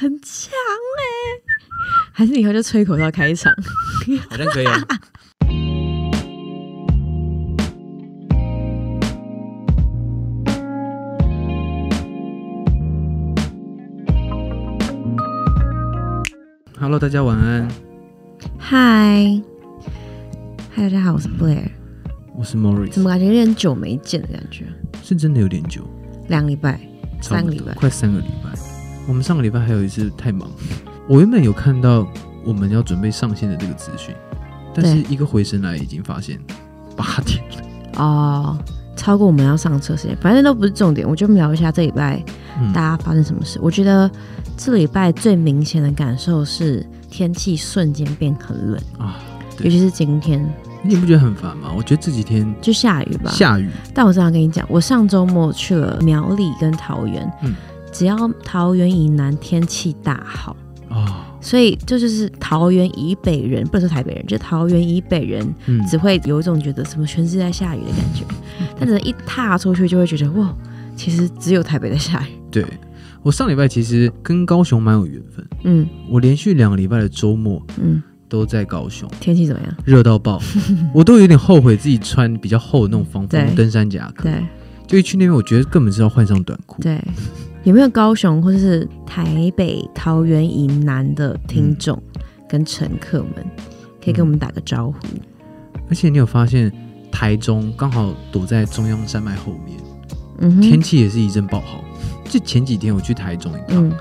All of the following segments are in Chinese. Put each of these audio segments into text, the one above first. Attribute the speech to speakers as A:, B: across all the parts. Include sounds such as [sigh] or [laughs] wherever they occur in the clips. A: 欸还是以后就吹口哨开场？
B: 好像可以、哦。Hello，大家晚安，
A: 嗨，嗨，大家好，我是 Blair。
B: 我是 Morris。
A: 怎么感觉有点久没见的感觉？
B: 是真的有点久，
A: 两个礼拜，
B: 差
A: 三
B: 不
A: 个
B: 多
A: 礼拜。
B: 快三个礼拜。我们上个礼拜还有一次太忙，我原本有看到我们要准备上线的这个资讯，但是一个回神来已经发现八点了。
A: 哦，超过我们要上车时间，反正都不是重点。我就聊一下这礼拜
B: 嗯
A: 大家发生什么事。我觉得这礼拜最明显的感受是天气瞬间变很冷，
B: 啊，对
A: 尤其是今天
B: 你不觉得很烦吗？我觉得这几天
A: 就下雨吧。
B: 下雨，
A: 但我正要跟你讲，我上周末去了苗栗跟桃园，
B: 嗯
A: 只要桃园以南天气大好，
B: 啊，
A: 所以这就是桃园以北人，不能说台北人，就是桃园以北人
B: 嗯，
A: 只会有一种觉得什么全世界在下雨的感觉，但是一踏出去就会觉得哇，其实只有台北在下雨。
B: 对我上礼拜其实跟高雄蛮有缘分，
A: 嗯
B: 我连续两个礼拜的周末
A: 嗯，
B: 都在高雄，
A: 天气怎么样？
B: 热
A: [laughs]
B: 到爆，我都有点后悔自己穿比较厚的那种防
A: 对
B: 风登山夹克，
A: 对
B: 就一去那边，我觉得根本是要换上短裤。
A: 对，有没有高雄或者是台北、桃园以南的
B: 嗯
A: 听众跟乘客们，可以跟我们打个招呼？
B: 而且你有发现，台中刚好躲在中央山脉后面，
A: 嗯哼，
B: 天气也是一阵爆好。就前几天我去台中一趟，
A: 嗯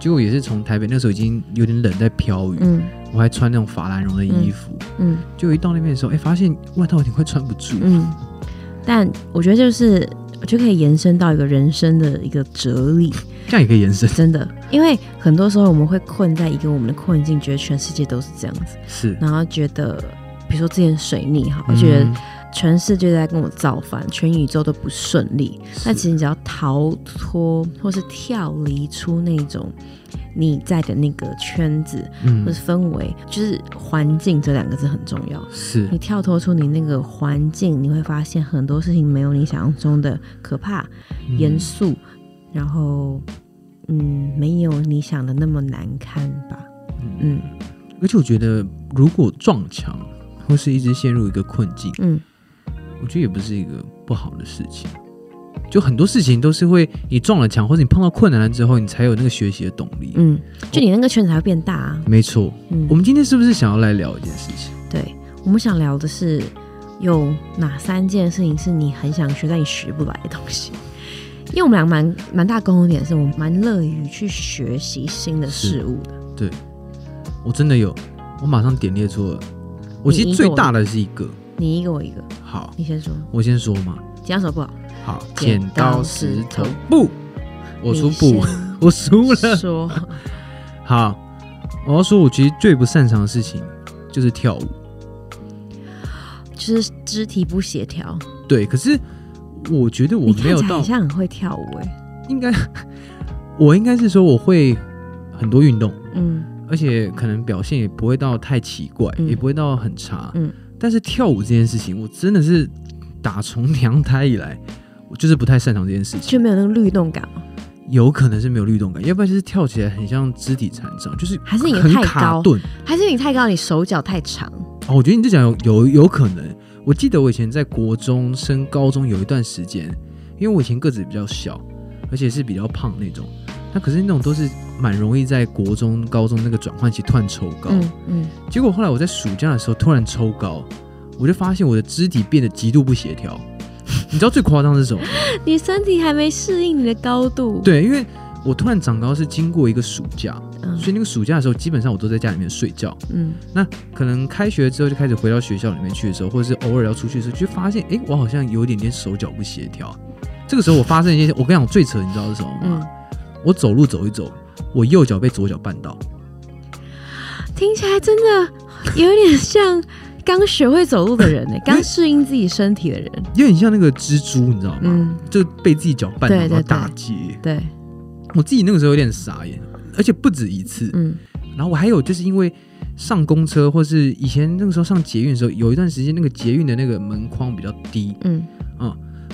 B: 结果也是从台北，那时候已经有点冷，在飘雨，
A: 嗯
B: 我还穿那种法兰绒的衣服。
A: 嗯
B: 结果一到那边的时候，哎、发现外套有点快穿不住。
A: 嗯，但我觉得就是。我就可以延伸到一个人生的一个哲理，
B: 这样也可以延伸，
A: 真的，因为很多时候我们会困在一个我们的困境，觉得全世界都是这样子，
B: 是，
A: 然后觉得，比如说之前水逆哈，我
B: 嗯
A: 觉得全世界在跟我造反，全宇宙都不顺利。
B: 嗯
A: 但其实你只要逃脱或是跳离出那种你在的那个圈子或
B: 嗯
A: 是氛围，就是环境这两个字很重要。
B: 是
A: 你跳脱出你那个环境，你会发现很多事情没有你想象中的可怕、严
B: 嗯
A: 肃，然后嗯，没有你想的那么难堪吧。
B: 嗯，
A: 嗯
B: 而且我觉得如果撞墙或是一直陷入一个困境，
A: 嗯，
B: 我觉得也不是一个不好的事情。就很多事情都是会你撞了墙，或者你碰到困难了之后，你才有那个学习的动力。
A: 嗯，就你那个圈子还会变大啊。
B: 没错，
A: 嗯
B: 我，们今天是不是想要来聊一件事情？
A: 对，我们想聊的是有哪三件事情是你很想学但你学不来的东西。 [laughs] 因为我们俩蛮蛮大共同点是，我们蛮乐于去学习新的事物的。
B: 我真的有，我马上点列出了。我其
A: 你
B: 实
A: 一个
B: 最大的是一个，
A: 你一个我一个，
B: 好，
A: 你先说，
B: 我先说嘛。
A: 几样手不好？
B: 好，
A: 剪
B: 剪
A: 刀
B: 刀
A: 石
B: 石
A: 头
B: 头布，我输布，我输
A: 不
B: 了。
A: 说， [laughs]
B: 好，我要说，我其实最不擅长的事情就是跳舞。
A: 就是肢体不协调。
B: 对，可是我觉得我
A: 你看
B: 没有
A: 起来
B: 到
A: 好，像很会跳舞哎、
B: 应该 [laughs] 我应该是说我会很多运动，
A: 嗯
B: 而且可能表现也不会到太奇怪，
A: 嗯
B: 也不会到很差。
A: 嗯
B: 但是跳舞这件事情，我真的是打从娘胎以来，我就是不太擅长这件事情。
A: 就没有那个律动感吗？
B: 有可能是没有律动感，要不然就是跳起来很像肢体残障，就是
A: 还是你
B: 很
A: 太
B: 卡
A: 高，
B: 顿。
A: 还是你太高，你手脚太长？
B: 哦，我觉得你这讲有有有可能。我记得我以前在国中升高中有一段时间，因为我以前个子比较小，而且是比较胖那种。那可是那种都是蛮容易在国中、高中那个转换期突然抽高。
A: 嗯嗯，
B: 结果后来我在暑假的时候突然抽高，我就发现我的肢体变得极度不协调。 [laughs] 你知道最夸张是什么吗？
A: 你身体还没适应你的高度。，
B: 对，因为我突然长高是经过一个暑假，
A: 嗯
B: 所以那个暑假的时候基本上我都在家里面睡觉。
A: 嗯
B: 那可能开学之后就开始回到学校里面去的时候，或者是偶尔要出去的时候，就发现哎、诶我好像有一点点手脚不协调。这个时候我发生一件，我跟你讲最扯，你知道是什么
A: 嗯
B: 吗？，我走路走一走，我右脚被左脚绊到。
A: 听起来真的有点像刚学会走路的人呢、欸
B: [laughs]
A: 刚适应自己身体的人。
B: 有点像那个蜘蛛，你知道吗？
A: 嗯，
B: 就被自己脚绊到，
A: 对对
B: 然后打
A: 对
B: 结。
A: 对，
B: 我自己那个时候有点傻眼，而且不止一次。
A: 嗯
B: 然后我还有就是因为上公车，或是以前那个时候上捷运的时候，有一段时间那个捷运的那个门框比较低，
A: 嗯，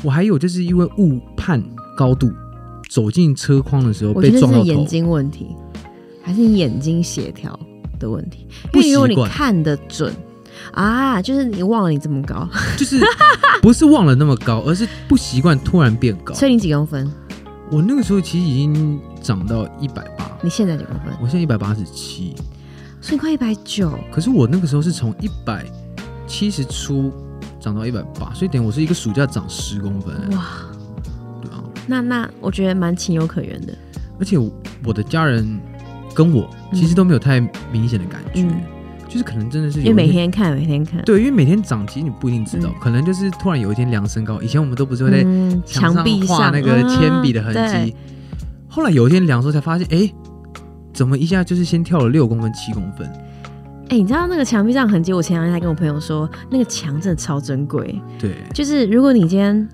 B: 我还有就是因为误判高度，走进车框的时候
A: 我
B: 被
A: 觉得
B: 撞
A: 是
B: 到头
A: 眼。睛问题，还是你眼睛协调的的问题，
B: 不
A: 因为如果
B: 习
A: 你
B: 惯
A: 看得准啊，就是你忘了你这么高，
B: [laughs] 就是不是忘了那么高，而是不习惯突然变高。
A: 所以你几公分？
B: 我那个时候其实已经长到一百八，
A: 你现在几公分？
B: 我现在一百八十七，
A: 所以你快一百九，
B: 可是我那个时候是从一百七十出长到一百八，所以等于我是一个暑假长十公分、欸
A: 哇！
B: 对啊，
A: 那那我觉得蛮情有可原的，
B: 而且我的家人跟我其实都没有太明显的感觉，
A: 嗯
B: 就是可能真的是有
A: 因为
B: 一
A: 每天看，每天看，
B: 对，因为每天长，其实你不一定知道，
A: 嗯
B: 可能就是突然有一天量身高。以前我们都不是会在
A: 嗯，
B: 墙
A: 墙壁
B: 画
A: 上
B: 那个铅笔的痕
A: 嗯
B: 迹，后来有一天量的时候才发现，哎，怎么一下就是先跳了六公分、七公分？
A: 哎、你知道那个墙壁上的痕迹？我前两天还跟我朋友说，那个墙真的超珍贵。
B: 对，
A: 就是如果你今天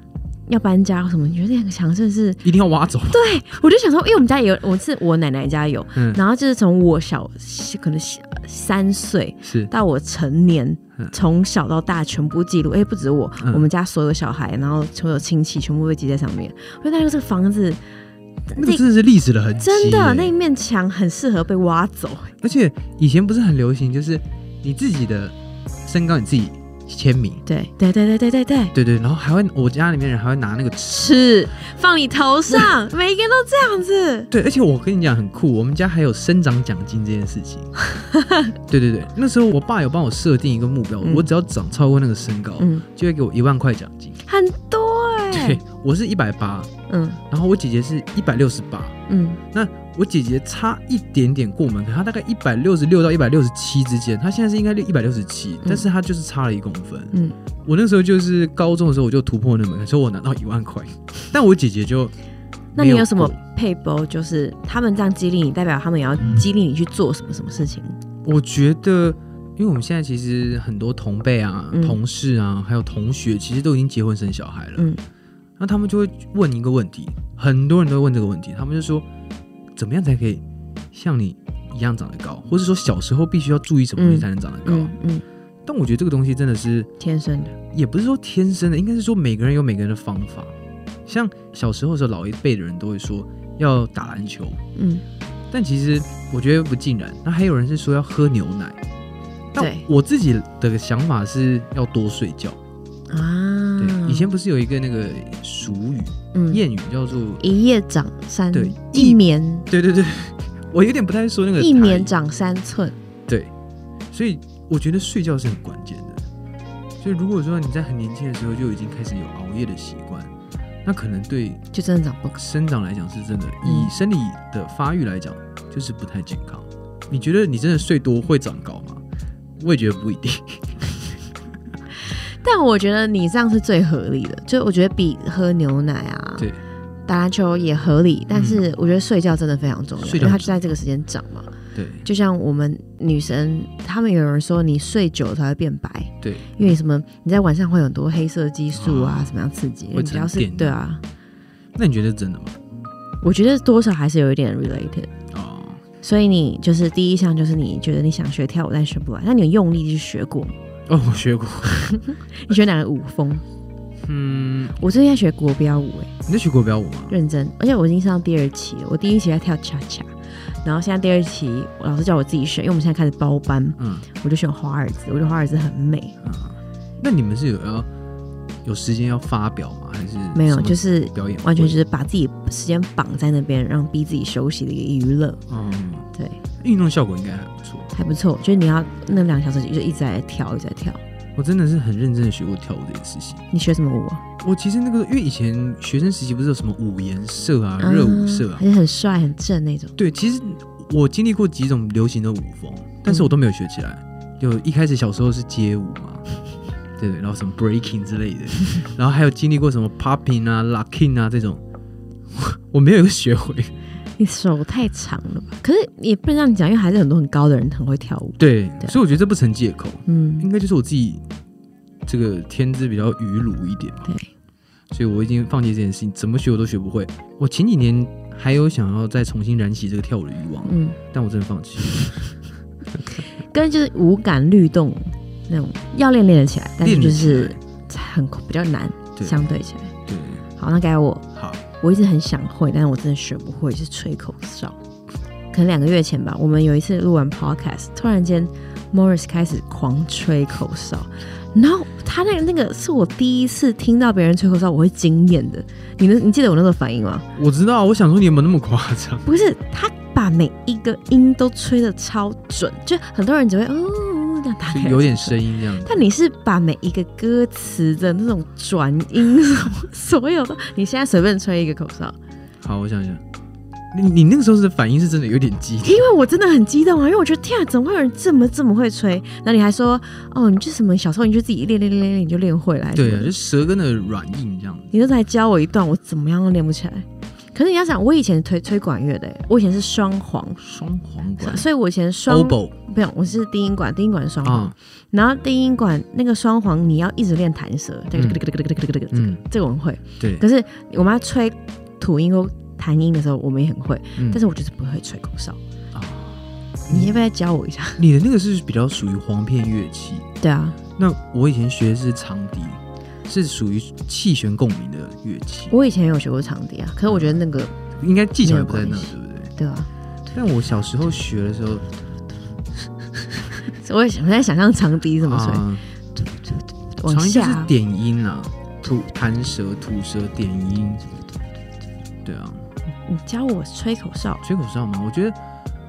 A: 要搬家或什么，你觉得那个墙真的是……
B: 一定要挖走。
A: 对，我就想说，因为我们家也有，我是我奶奶家有，
B: 嗯，
A: 然后就是从我小可能小三岁
B: 是
A: 到我成年
B: 嗯，
A: 从小到大全部记录。哎、不止我，
B: 嗯
A: 我们家所有小孩，然后所有亲戚全部被记在上面。我觉得那个这个房子，
B: 那个真的是历史的痕迹耶。
A: 真的那一面墙很适合被挖走。
B: 而且以前不是很流行，就是你自己的身高你自己签名。
A: 对对对对对对对。
B: 对对，然后还会我家里面人还会拿那个尺。
A: 是放你头上，每一个人都这样子。
B: 对，而且我跟你讲很酷，我们家还有生长奖金这件事
A: [laughs]
B: 情。对对对，那时候我爸有帮我设定一个目标，
A: 嗯
B: 我只要长超过那个身高，
A: 嗯，
B: 就会给我一万块奖金。
A: 很多哎、
B: 对，我是一百八，
A: 嗯
B: 然后我姐姐是一百六十八，
A: 嗯，
B: 那我姐姐差一点点过门槛，她大概一百六十六到一百六十七之间，她现在是应该一百六十七，但是她就是差了一公分。
A: 嗯，
B: 我那时候就是高中的时候我就突破那门槛，所以我拿到一万
A: [laughs]
B: 块，但我姐姐就
A: 那你
B: 没
A: 有什么
B: 过嗯
A: 配包？就是他们这样激励你，代表他们也要激励你去做什么什么事情？
B: 我觉得，因为我们现在其实很多同辈啊、
A: 嗯
B: 同事啊，还有同学，其实都已经结婚生小孩了。
A: 嗯
B: 那他们就会问一个问题，很多人都会问这个问题，他们就说，怎么样才可以像你一样长得高，或是说小时候必须要注意什么东西
A: 嗯
B: 才能长得高？
A: 嗯嗯，
B: 但我觉得这个东西真的是，
A: 天生的。
B: 也不是说天生的，应该是说每个人有每个人的方法。像小时候的时候，老一辈的人都会说要打篮球，
A: 嗯，
B: 但其实我觉得不尽然。那还有人是说要喝牛奶，但
A: 对
B: 我自己的想法是要多睡觉。
A: 啊，
B: 对，以前不是有一个那个俗语、
A: 嗯
B: 谚语叫做
A: 一夜长三，
B: 对
A: 一眠
B: “对对对”， [laughs] 我有点不太说那个
A: 一
B: 台语
A: 眠长三寸。
B: 对，所以我觉得睡觉是很关键的。所以如果说你在很年轻的时候就已经开始有熬夜的习惯，那可能对
A: 就真的长不高，
B: 生长来讲是真的，以
A: 嗯
B: 生理的发育来讲，就是不太健康。你觉得你真的睡多会长高吗？我也觉得不一定。
A: 但我觉得你这样是最合理的，就我觉得比喝牛奶啊，
B: 对，嗯
A: 打篮球也合理，但是我觉得睡觉真的非常重要，
B: 睡
A: 因
B: 觉
A: 为它
B: 很
A: 就在这个时间长嘛。
B: 对
A: 就像我们女生，她们有人说你睡久了才会变白，
B: 对，
A: 因为什么？你在晚上会有很多黑色激素啊，
B: 啊
A: 什么样刺激？
B: 会
A: 你只要
B: 沉
A: 是
B: 淀
A: 对啊，
B: 那你觉得是真的吗？
A: 我觉得多少还是有一点 related。
B: 哦，
A: 所以你就是第一项就是你觉得你想学跳舞但学不来，那你有用力去学过吗？
B: 哦，我学过。
A: 你学哪个舞风？
B: 嗯，
A: 我最近在学国标舞、欸，
B: 你在学国标舞吗？
A: 认真，而且我已经上第二期了。我第一期在跳恰恰，然后现在第二期我老师叫我自己选，因为我们现在开始包班，
B: 嗯
A: 我就选华尔兹，我觉得华尔兹很美。
B: 嗯，那你们是有要有时间要发表吗？还是
A: 没有，
B: 什么
A: 就是
B: 表演会
A: 完全就是把自己时间绑在那边，让逼自己休息的一个娱乐，
B: 嗯，
A: 对，
B: 运动效果应该还不错。
A: 还不错。就是你要那两个小时就一直在跳，一直在跳。
B: 我真的是很认真的学过跳舞这件事情。
A: 你学什么舞啊？
B: 我其实那个，因为以前学生时期不是有什么舞研社啊、热舞社啊
A: 而，且很帅很正那种。
B: 对，其实我经历过几种流行的舞风，
A: 嗯
B: 但是我都没有学起来。有一开始小时候是街舞嘛，对对，然后什么 breaking 之类的，然后还有经历过什么 popping 啊、locking 啊这种，我我没有一个学会。
A: 你手太长了吧？可是也不能这样讲，因为还是很多很高的人很会跳舞。
B: 对，
A: 对
B: 所以我觉得这不成借口，应
A: 嗯，
B: 该就是我自己这个天资比较愚鲁一点吧。
A: 对，
B: 所以我已经放弃这件事情，怎么学我都学不会。我前几年还有想要再重新燃起这个跳舞的欲望，
A: 嗯，
B: 但我真的放弃了。
A: 跟就是无感律动那种要练练得起来，但是
B: 练
A: 就
B: 不起
A: 是
B: 来
A: 很比较难，
B: 对
A: 相对起来。
B: 对，
A: 好，那该我，
B: 好，
A: 我一直很想会，但是我真的学不会，是吹口哨。可能两个月前吧，我们有一次录完 podcast，突然间 Morris 开始狂吹口哨，然后他那个那个是我第一次听到别人吹口哨，我会惊艳的。你能你记得我那个反应吗？
B: 我知道，我想说你有没有那么夸张？
A: 不是，他把每一个音都吹的超准，就很多人只会哦这样打
B: 就
A: 开，
B: 有点声音这样子。
A: 但你是把每一个歌词的那种转音，什么所有的，你现在随便吹一个口哨，
B: 好，我想一想，你你那个时候的反应是真的有点激
A: 因
B: 烈，
A: 为我真的很激动啊，因为我觉得天啊，怎么会有人这么这么会吹？然后你还说，哦，你这什么小时候你就自己练练练练练，你就练会来，
B: 对啊，就舌根的软硬这样子。
A: 你那时候还教我一段，我怎么样都练不起来。可是你要想，我以前推吹管乐的、我以前是双簧，
B: 双簧管
A: 所以我以前双不
B: oboe
A: 没有，我是低音管，低音管是双簧，
B: 啊，
A: 然后低音管那个双簧你要一直练弹舌，这个
B: 嗯
A: 这个这个这个这个这个
B: 嗯，
A: 这个我们会。
B: 对，
A: 可是我妈吹土音或弹音的时候，我们也很会，
B: 嗯
A: 但是我就是不会吹口哨。
B: 啊，
A: 你要不要教我一下？
B: 你的那个是比较属于簧片乐器，
A: 对啊，
B: 那我以前学的是长笛，是属于气旋共鸣的乐器，
A: 我以前有学过长笛啊，可是我觉得那个，
B: 应该技巧也不在
A: 没
B: 那，
A: 有关系
B: 对不对？
A: 对啊，
B: 但我小时候学的时候，
A: 我也想我在想象长笛怎么吹，
B: 啊
A: 往
B: 长音就
A: 下
B: 是
A: 啊，
B: 点音啊，吐弹舌、吐舌、点音。对啊，
A: 你教我吹口哨，
B: 吹口哨嘛，我觉得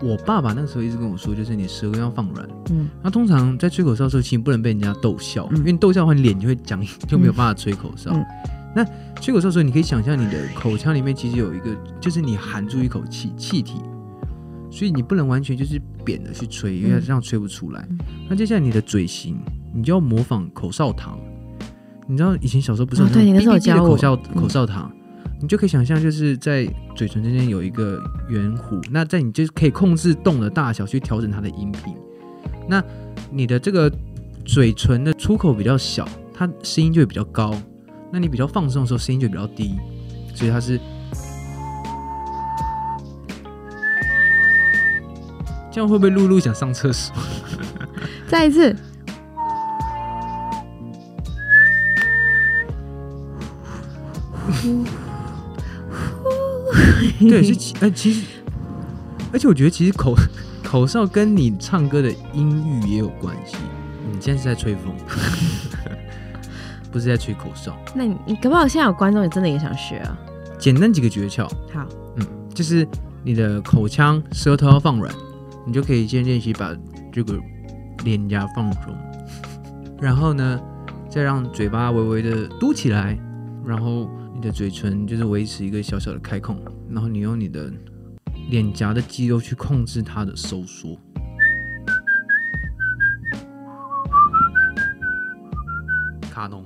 B: 我爸爸那时候一直跟我说，就是你舌根要放软。
A: 嗯，
B: 那通常在吹口哨的时候，其实不能被人家逗笑，
A: 嗯
B: 因为你逗笑的话，你脸就会僵硬，就没有办法吹口哨。
A: 嗯
B: 那吹口哨的时候，你可以想象你的口腔里面其实有一个，就是你含住一口气气体，所以你不能完全就是扁的去吹，因为
A: 嗯
B: 这样吹不出来。
A: 嗯
B: 那接下来你的嘴型，你就要模仿口哨糖。你知道以前小时候不是有
A: 哦对
B: 那种
A: 你那时候
B: 哔哔哔的
A: 教我
B: 口哨
A: 嗯
B: 口哨糖，你就可以想象就是在嘴唇之间有一个圆弧，那在你就是可以控制洞的大小去调整它的音频。那你的这个嘴唇的出口比较小，它声音就会比较高；那你比较放松的时候，声音就比较低，所以它是这样会不会露露想上厕所？
A: 再一次，
B: [laughs] 对，是其呃其实，而且我觉得其实口口哨跟你唱歌的音域也有关系。你嗯现在是在吹风， [laughs] 不是在吹口哨。
A: 那你你搞不好现在有观众也真的也想学啊，
B: 简单几个诀窍，
A: 好，
B: 嗯，就是你的口腔、舌头要放软，你就可以先练习把这个脸颊放松， [laughs] 然后呢，再让嘴巴微微的嘟起来，然后你的嘴唇就是维持一个小小的开孔，然后你用你的脸颊的肌肉去控制它的收缩。卡农，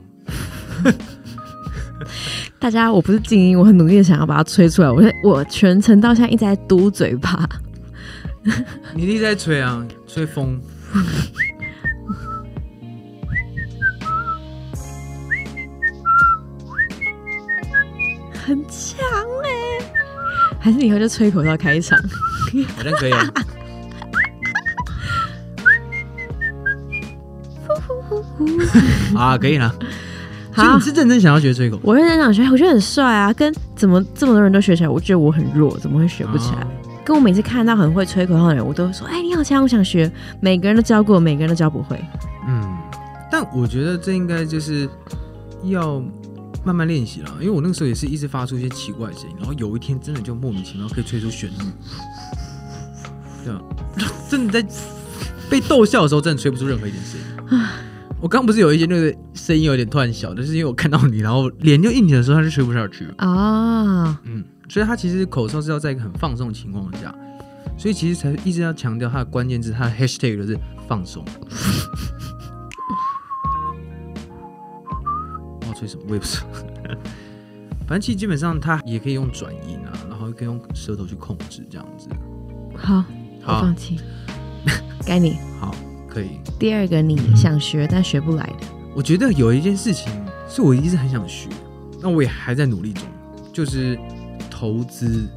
A: 大家我不是静音，我很努力的想要把它吹出来，我在我全程到现在一直在嘟嘴巴，
B: 你一直在吹啊，吹风。
A: 很强哎、还是你以后就吹口哨开场？
B: 好像可以、啊。啊，可以了。所以
A: 好
B: 你，是认真想要学吹口，
A: 我认真想学，我觉得很帅啊，跟怎么这么多人都学起来，我觉得我很弱，怎么会学不起来？
B: 啊
A: 跟我每次看到很会吹口哨的人，我都会说：“哎、你好强，我想学。”每个人都教过，每个人都教不会。
B: 嗯，但我觉得这应该就是要慢慢练习了，因为我那个时候也是一直发出一些奇怪的声音，然后有一天真的就莫名其妙可以吹出旋律，对啊，真的在被逗笑的时候真的吹不出任何一点声音。我刚不是有一些那个声音有点突然小，但是因为我看到你，然后脸就硬起来的时候，它就吹不下去了。
A: 哦，
B: 嗯，所以他其实口哨是要在一个很放松的情况下，所以其实才一直要强调它的关键字，它的 hashtag 就是放松。 [laughs] 我要吹什么我也不知道， [laughs] 反正其实基本上它也可以用转音啊，然后可以用舌头去控制这样子。
A: 好，我
B: 好
A: 放 [laughs] 弃。该你
B: 好，可以。
A: 第二个，你想学但学不来的，
B: 我觉得有一件事情是我一直很想学，那我也还在努力中，就是投资。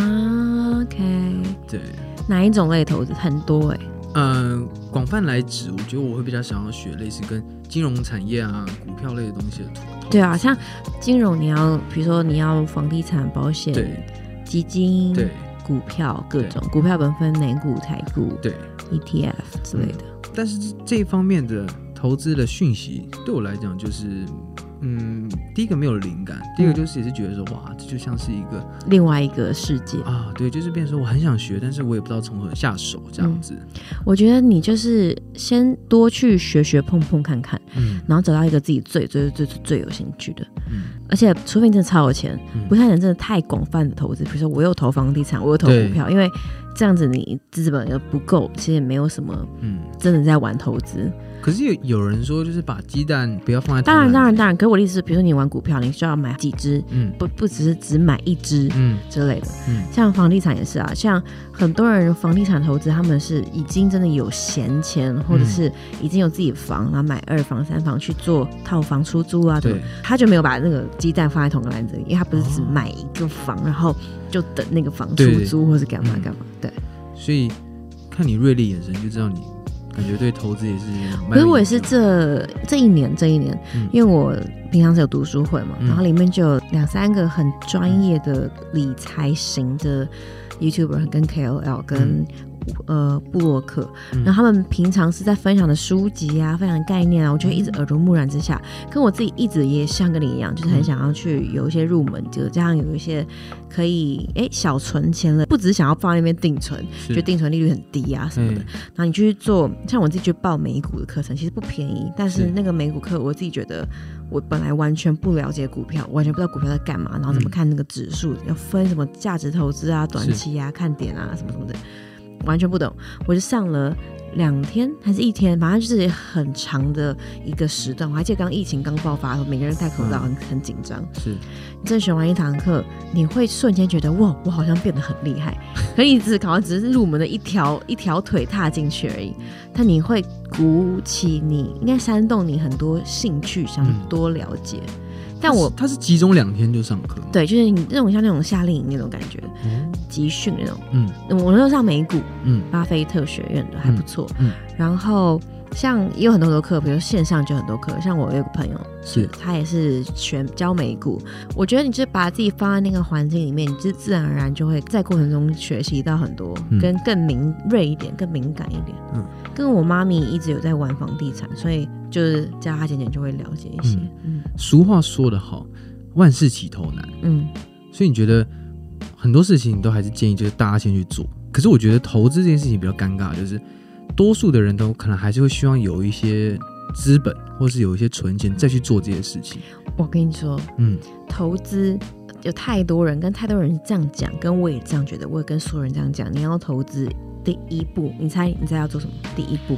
A: 啊，OK，
B: 对，
A: 哪一种类投资很多哎、
B: 嗯，广泛来指，我觉得我会比较想要学类似跟金融产业啊、股票类的东西的图。投
A: 对啊，像金融你要，比如说你要房地产、保险、
B: 对
A: 基金、
B: 对
A: 股票各
B: 对
A: 种股票，本分美股、台股、
B: 对，
A: ETF 之类的。
B: 但是这这一方面的投资的讯息对我来讲就是，嗯，第一个没有灵感，第二个就是也是觉得说，哇，这就像是一个
A: 另外一个世界，
B: 啊，对，就是变成说我很想学，但是我也不知道从何下手这样子。
A: 我觉得你就是先多去学学碰碰看看，
B: 嗯
A: 然后找到一个自己最最最最最有兴趣的。
B: 嗯，
A: 而且，除非你真的超有钱
B: 嗯，
A: 不太能真的太广泛的投资。比如说，我又投房地产，我又投
B: 对
A: 股票，因为这样子你资本也不够，其实也没有什么
B: 嗯，
A: 真的在玩投资。
B: 可是有有人说，就是把鸡蛋不要放在
A: 当然，
B: 同
A: 当
B: 样
A: 然，
B: 的
A: 当然。可我的意思是，比如说你玩股票，你需要买几只，
B: 嗯
A: 不不只是只买一只
B: 嗯
A: 之类的。
B: 嗯
A: 像房地产也是啊，像很多人房地产投资，他们是已经真的有闲钱，或
B: 嗯
A: 者是已经有自己的房，然后买二房、三房去做套房出租啊，
B: 对
A: 什么他就没有把那个鸡蛋放在同个篮子里，因为他不是只
B: 哦
A: 买一个房，然后就等那个房
B: 对
A: 出租或是干嘛
B: 嗯
A: 干嘛。对，啊
B: 所以看你锐利眼神就知道你感觉对投资也是蛮有研究。
A: 可是我也是这这一年这一年，
B: 嗯
A: 因为我平常是有读书会嘛，
B: 嗯
A: 然后里面就有两三个很专业的理财型的 YouTuber 跟 KOL 跟、呃布洛克，
B: 嗯
A: 然后他们平常是在分享的书籍啊、分享概念啊，我就一
B: 嗯
A: 直耳濡目染之下，跟我自己一直也像跟你一样，就是很
B: 嗯
A: 想要去有一些入门，就这样有一些可以哎小存钱了，不只想要放在那边定存，
B: 是
A: 觉得定存利率很低啊什么的。
B: 嗯
A: 然后你去做，像我自己去报美股的课程，其实不便宜，但是
B: 是
A: 那个美股课，我自己觉得我本来完全不了解股票，完全不知道股票在干嘛，然后怎么
B: 嗯
A: 看那个指数，要分什么价值投资啊、短
B: 是
A: 期啊、看点啊什么什么的，完全不懂。我就上了两天还是一天，反正就是很长的一个时段。我还记得刚疫情刚爆发的时候，每个人戴口罩
B: 嗯
A: 很、很紧张。
B: 是
A: 你真的选完一堂课，你会瞬间觉得哇，我好像变得很厉
B: [laughs]
A: 害。可你只考只是入门的一条一条腿踏进去而已，但你会鼓起你应该煽动你很多兴趣，想
B: 嗯
A: 多了解。但我
B: 他是集中两天就上课吗，
A: 对，就是你那种像那种夏令营那种感觉，
B: 哦
A: 集训那种。
B: 嗯
A: 我那时候上美股
B: 嗯
A: 巴菲特学院的，还不错。
B: 嗯
A: 然后像也有很多很多课，比如线上就很多课，像我有个朋友，
B: 是
A: 他也是学教美股。我觉得你就是把自己放在那个环境里面，你就自然而然就会在过程中学习到很多，
B: 嗯
A: 跟更敏锐一点，更敏感一点。
B: 嗯，
A: 跟我妈咪一直有在玩房地产，所以就是加她减减就会了解一些。嗯
B: 俗话说得好，万事起头难，
A: 嗯，
B: 所以你觉得很多事情你都还是建议就是大家先去做。可是我觉得投资这件事情比较尴尬，就是多数的人都可能还是会希望有一些资本，或是有一些存钱再去做这些事情。
A: 我跟你说，
B: 嗯，
A: 投资有太多人跟太多人这样讲，跟我也这样觉得，我也跟所有人这样讲。你要投资，第一步，你猜你猜要做什么？第一步，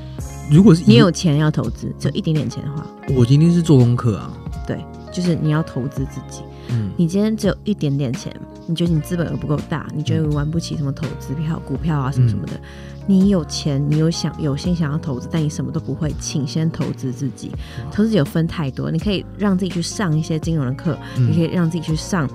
B: 如果是
A: 你
B: 以
A: 有钱要投资，就一点点钱的话，
B: 我今天是做功课啊，
A: 对，就是你要投资自己。
B: 嗯
A: 你今天只有一点点钱，你觉得你资本额不够大，你觉得你玩不起什么投资票、股票啊什么什么的。你有钱，你有想有心想要投资，但你什么都不会，请先投资自己。投资有分太多，你可以让自己去上一些金融的课，
B: 嗯
A: 你可以让自己去上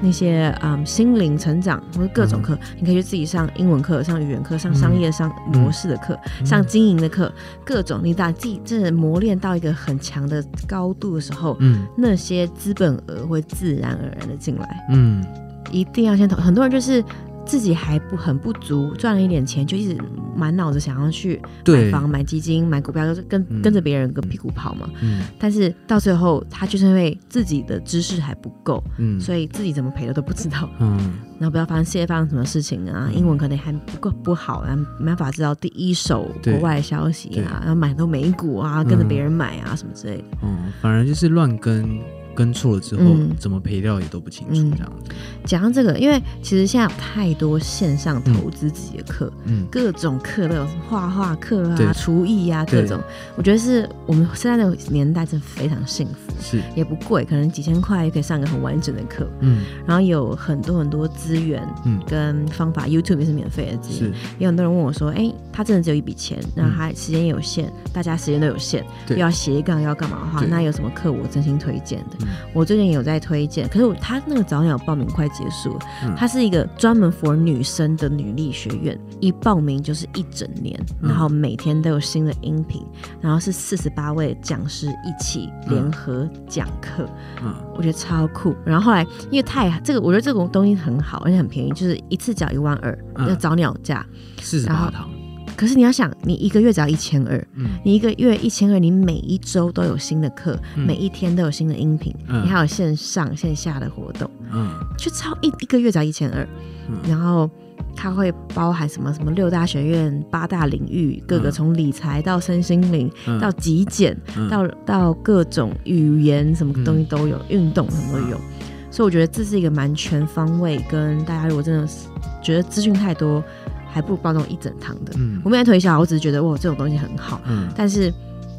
A: 那些嗯心灵成长或者各种课，你可以去自己上英文课、上语言课、上商业商模式的课、
B: 嗯
A: 上经营的课，各种你把自己真的磨练到一个很强的高度的时候，
B: 嗯
A: 那些资本额会自然而然的进来。
B: 嗯
A: 一定要先投，很多人就是。自己还不很不足，赚了一点钱就一直满脑子想要去买
B: 对
A: 房、买基金、买股票，就是跟、
B: 嗯
A: 跟着别人跟屁股跑嘛。
B: 嗯
A: 但是到最后，他就是因为自己的知识还不够，
B: 嗯
A: 所以自己怎么赔的都不知道。 [laughs]
B: 嗯
A: 然后不知道发生世界发生什么事情啊，
B: 嗯
A: 英文可能还不够不好啊，没办法知道第一手
B: 对
A: 国外的消息
B: 对嗯
A: 啊，然后买都美股啊，跟着别人买啊、什么之类的。
B: 哦，反而就是乱跟跟错了之后，
A: 嗯
B: 怎么赔掉也都不清楚
A: 嗯
B: 这样子。
A: 讲到这个，因为其实现在有太多线上投资自己的课，
B: 嗯
A: 各种课都有，什么画画课
B: 对
A: 啊、厨艺啊各
B: 对
A: 种。我觉得是我们现在的年代真的非常幸福，
B: 是
A: 也不贵，可能几千块也可以上个很完整的课。
B: 嗯
A: 然后有很多很多资源
B: 嗯
A: 跟方法，YouTube 也是免费的资
B: 是
A: 源。也有很多人问我说：“哎、他真的只有一笔钱，那他时间有限，大家时间都有限，
B: 嗯对
A: 又要斜杠又要干嘛的话，
B: 对
A: 那有什么课我真心推荐的
B: 嗯？”
A: 我最近也有在推荐，可是我他那个早鸟报名快结束了，
B: 嗯
A: 它是一个专门 for 女生的女力学院，一报名就是一整年，
B: 嗯
A: 然后每天都有新的音频，然后是四十八位讲师一起联合讲课，
B: 嗯
A: 我觉得超酷。然后后来因为太这个，我觉得这种东西很好，而且很便宜，就是一次缴一万二，
B: 嗯
A: 要早鸟价。
B: 四十
A: 然
B: 八
A: 后
B: 堂，
A: 可是你要想，你一个月只要一千二，
B: 嗯
A: 你一个月一千二，你每一周都有新的课，
B: 嗯
A: 每一天都有新的音频，
B: 嗯
A: 你还有线上线下的活动，
B: 嗯
A: 就超一一个月只要一千二
B: 嗯，
A: 然后。它会包含什么什么六大学院、八大领域，各个
B: 嗯
A: 从理财到身心灵、
B: 嗯，
A: 到极简，
B: 嗯
A: 到到各种语言什么东西都有，运动什么都
B: 嗯
A: 有，所以我觉得这是一个蛮全方位，跟大家如果真的是觉得资讯太多，还不如报那种一整堂的。
B: 嗯
A: 我没有在推销，我只是觉得哇，这种东西很好，
B: 嗯，
A: 但是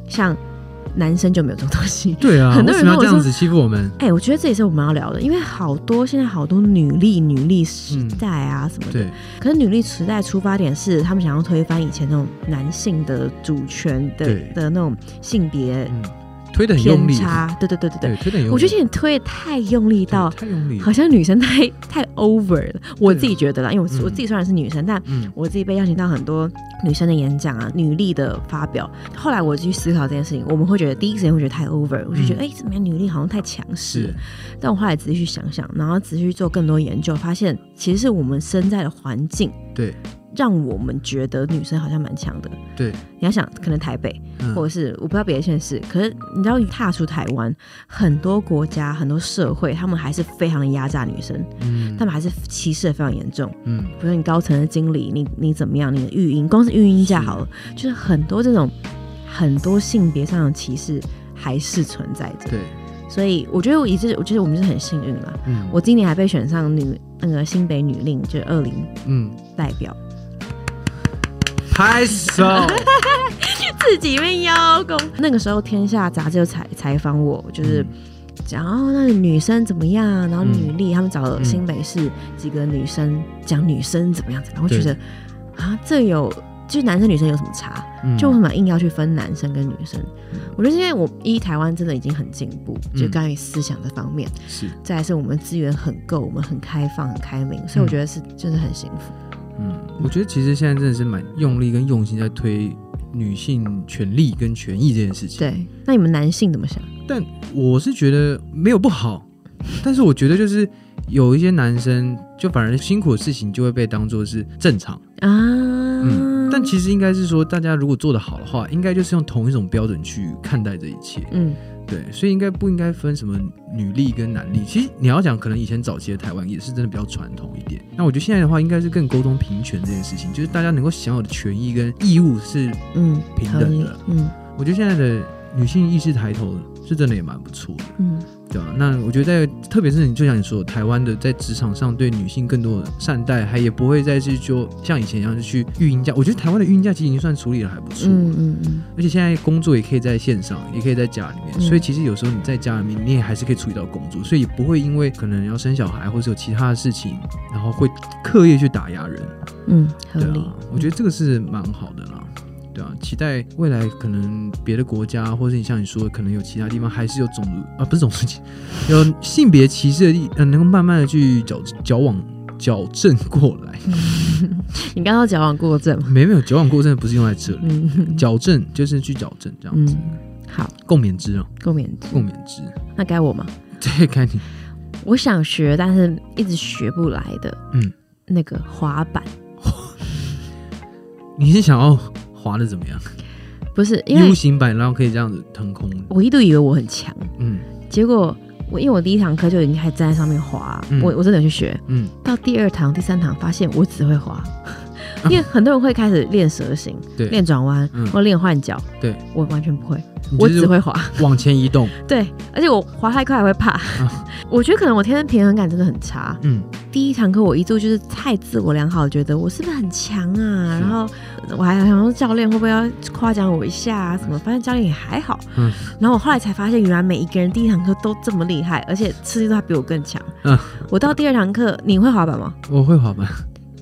A: 像男生就没有这种东西。
B: 对啊，
A: 很多
B: 为
A: 人
B: 什么要
A: 跟我
B: 这样
A: 说
B: 子欺负我们？
A: 哎、我觉得这也是我们要聊的，因为好多现在好多女力、女力时代啊什么的，
B: 嗯对，
A: 可是女力时代出发点是他们想要推翻以前那种男性的主权的
B: 对
A: 的那种性别
B: 嗯，推的很用
A: 偏
B: 力，
A: 差，对对对对对
B: 对，。推的很用力，
A: 我觉得你推得太用力
B: 对
A: 到，
B: 太用力了，
A: 好像女生太太 over 了。我自己觉得啦，因为我、
B: 嗯
A: 我自己虽然是女生，但
B: 嗯
A: 我自己被邀请到很多女生的演讲啊、女力的发表。后来我去思考这件事情，我们会觉得第一时间会觉得太 over，我就觉得哎、诶怎么样，女力好像太强势了
B: 嗯是。，
A: 但我后来仔细去想想，然后仔细去做更多研究，发现其实是我们身在的环境
B: 对
A: 让我们觉得女生好像蛮强的。
B: 对，
A: 你要想，可能台北，
B: 嗯
A: 或者是我不知道别的县市，可是你知道，踏出台湾，很多国家、很多社会，他们还是非常的压榨女生，
B: 嗯
A: 他们还是歧视的非常严重。
B: 嗯
A: 比如说你高层的经理，你你怎么样，你的育婴，光是育婴假好了，就是很多这种很多性别上的歧视还是存在着。
B: 对，
A: 所以我觉得我一直，我觉得我们是很幸运啦。
B: 嗯
A: 我今年还被选上女那个新北女令，就是二零
B: 嗯，
A: 代表，
B: 拍手，
A: [laughs] 自己被邀功。那个时候，《天下》杂志就采采访我， [laughs] 就是。讲哦，那女生怎么样？啊然后女力、他们找了新北市几个女生讲女生怎么样怎么样，我觉得啊，这有就是男生女生有什么差？
B: 嗯
A: 就为什么硬要去分男生跟女生？我觉得是因为我一台湾真的已经很进步，
B: 嗯
A: 就关于思想的方面，
B: 是
A: 再来是我们资源很够，我们很开放、很开明，所以我觉得是真的很幸福。
B: 嗯，我觉得其实现在真的是蛮用力跟用心在推女性权利跟权益这件事情。，
A: 对，那你们男性怎么想？
B: 但我是觉得没有不好， [laughs] 但是我觉得就是有一些男生就反而辛苦的事情就会被当做是正常。
A: 啊，
B: 嗯，但其实应该是说，大家如果做得好的话，应该就是用同一种标准去看待这一切。
A: 嗯，
B: 对，所以应该不应该分什么女力跟男力？其实你要讲，可能以前早期的台湾也是真的比较传统一点。那我觉得现在的话，应该是更沟通平权这件事情，就是大家能够享有的权益跟义务是，
A: 嗯，
B: 平
A: 合
B: 等
A: 理
B: 的
A: 嗯
B: 我觉得现在的女性意识抬头是真的也蛮不错的，
A: 嗯
B: 对啊，那我觉得在特别是你就像你说，台湾的在职场上对女性更多的善待，还也不会再是就像以前一样去育婴假。我觉得台湾的育婴假其实已经算处理的还不错了。
A: 嗯嗯嗯，
B: 而且现在工作也可以在线上，也可以在家里面，
A: 嗯
B: 所以其实有时候你在家里面，你也还是可以处理到工作，所以也不会因为可能要生小孩或者有其他的事情，然后会刻意去打压人。
A: 嗯，合
B: 对
A: 理。
B: 啊，我觉得这个是蛮好的啦。对啊，期待未来可能别的国家，或是你像你说的，可能有其他地方还是有种族啊，不是种族歧，有嗯性别歧视的地，呃，能够慢慢的去矫矫枉矫正过来。
A: 你刚刚矫枉过正嘛？
B: 没没有矫枉过正，不是用在这里，
A: 嗯
B: 矫正就是去矫正这样子，
A: 嗯，好，
B: 共勉之啊。
A: 共勉之。
B: 共勉之。
A: 那该我吗？
B: [laughs] 对，看你，
A: 我想学，但是一直学不来的，
B: 嗯，
A: 那个滑板
B: 你是想要滑的怎么样
A: 不是因为
B: ？U 型板，然后可以这样子腾空。
A: 我一度以为我很强，
B: 嗯
A: 结果我因为我第一堂课就已经还站在上面滑，
B: 嗯
A: 我我真的有去学，
B: 嗯，
A: 到第二堂、第三堂发现我只会
B: [laughs]
A: 滑，因为很多人会开始练蛇形、
B: 对，
A: 练转弯
B: 嗯
A: 或练换脚，
B: 对
A: 我完全不会，
B: 你
A: 我
B: 就
A: 只
B: 是
A: 会滑。 [laughs]
B: 往前移动。
A: 对，而且我滑太快还会怕
B: 啊。
A: [laughs] 我觉得可能我天生平衡感真的很差。
B: 嗯
A: 第一堂课我一度就是太自我良好，觉得我是不是很强啊？然后我还想说教练会不会要夸奖我一下啊？什么？发现教练也还好。
B: 嗯
A: 然后我后来才发现，原来每一个人第一堂课都这么厉害，而且吃力度还比我更强。
B: 嗯，
A: 我到第二堂课，你会滑板吗？
B: 我会滑板。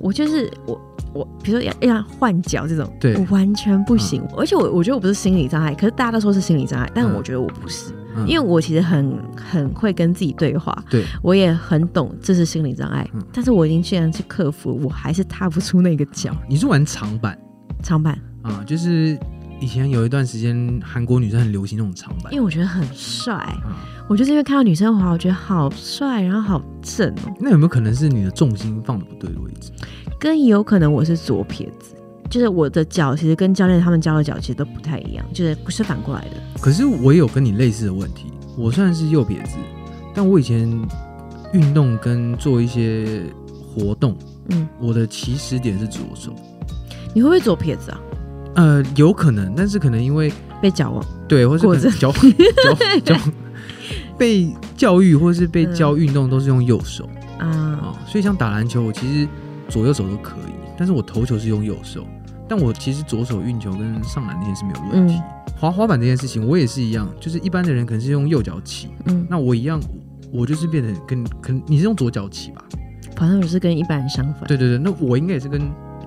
A: 我就是我。我比如说要要换脚这种，
B: 对
A: 我完全不行。而且我我觉得我不是心理障碍，可是大家都说是心理障碍，但
B: 嗯
A: 我觉得我不是。
B: 嗯
A: 因为我其实很很会跟自己对话，
B: 对，
A: 我也很懂这是心理障碍，
B: 嗯
A: 但是我已经既然去克服，我还是踏不出那个脚。
B: 你是玩长板
A: 长板，
B: 啊、就是以前有一段时间韩国女生很流行那种长板
A: 因为我觉得很帅，
B: 啊、
A: 我就是因为看到女生滑，我觉得好帅，然后好正哦、
B: 那有没有可能是你的重心放的不对的位置？
A: 跟有可能我是左撇子，就是我的脚其实跟教练他们教的脚其实都不太一样，就是不是反过来的。
B: 可是我也有跟你类似的问题，我虽然是右撇子，但我以前运动跟做一些活动，
A: 嗯，
B: 我的起始点是左手，
A: 你会不会左撇子啊？
B: 呃，有可能，但是可能因为
A: 被矫枉？
B: 对，或是
A: 果
B: 可能 [laughs] 教教教
A: [laughs]
B: 被教育，或是被教运动都是用右手啊、
A: 啊，
B: 所以像打篮球，我其实左右手都可以，但是我投球是用右手，但我其实左手运球跟上篮那些是没有问题。
A: 嗯
B: 滑滑板这件事情，我也是一样，就是一般的人可能是用右脚起，
A: 嗯，
B: 那我一样，我就是变得跟跟你是用左脚起吧？
A: 反正我是跟一般人相反。
B: 对对对，那我应该也是跟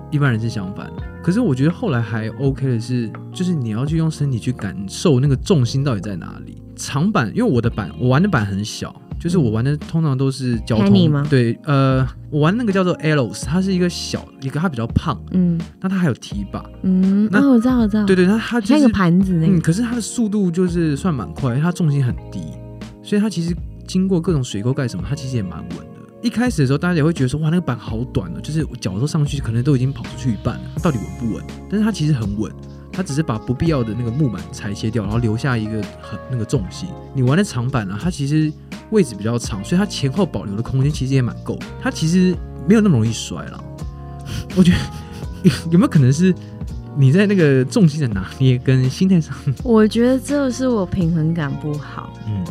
B: 一般人是相反的。可是我觉得后来还 OK 的是，就是你要去用身体去感受那个重心到底在哪里。长板，因为我的板，我玩的板很小，就是我玩的通常都是交
A: Penny
B: 通
A: 吗
B: 对，呃，我玩那个叫做 Elos，它是一个小，一个它比较胖，
A: 嗯
B: 那它还有提把，
A: 嗯，
B: 那
A: 那我知道，我知道，
B: 对对，那它就
A: 像一
B: 是
A: 个盘子那
B: 嗯，
A: 个。
B: 可是它的速度就是算蛮快，因为它重心很低，所以它其实经过各种水沟盖什么，它其实也蛮稳的。一开始的时候，大家也会觉得说，哇，那个板好短哦，就是我脚都上去，可能都已经跑出去一半了，到底稳不稳？但是它其实很稳，它只是把不必要的那个木板裁切掉，然后留下一个很那个重心。你玩的长板啊，它其实位置比较长，所以它前后保留的空间其实也蛮够，它其实没有那么容易摔了。 [laughs] 我觉得有没有可能 [laughs] 是你在那个重心的拿捏跟心态上？
A: 我觉得这是我平衡感不好，
B: 嗯，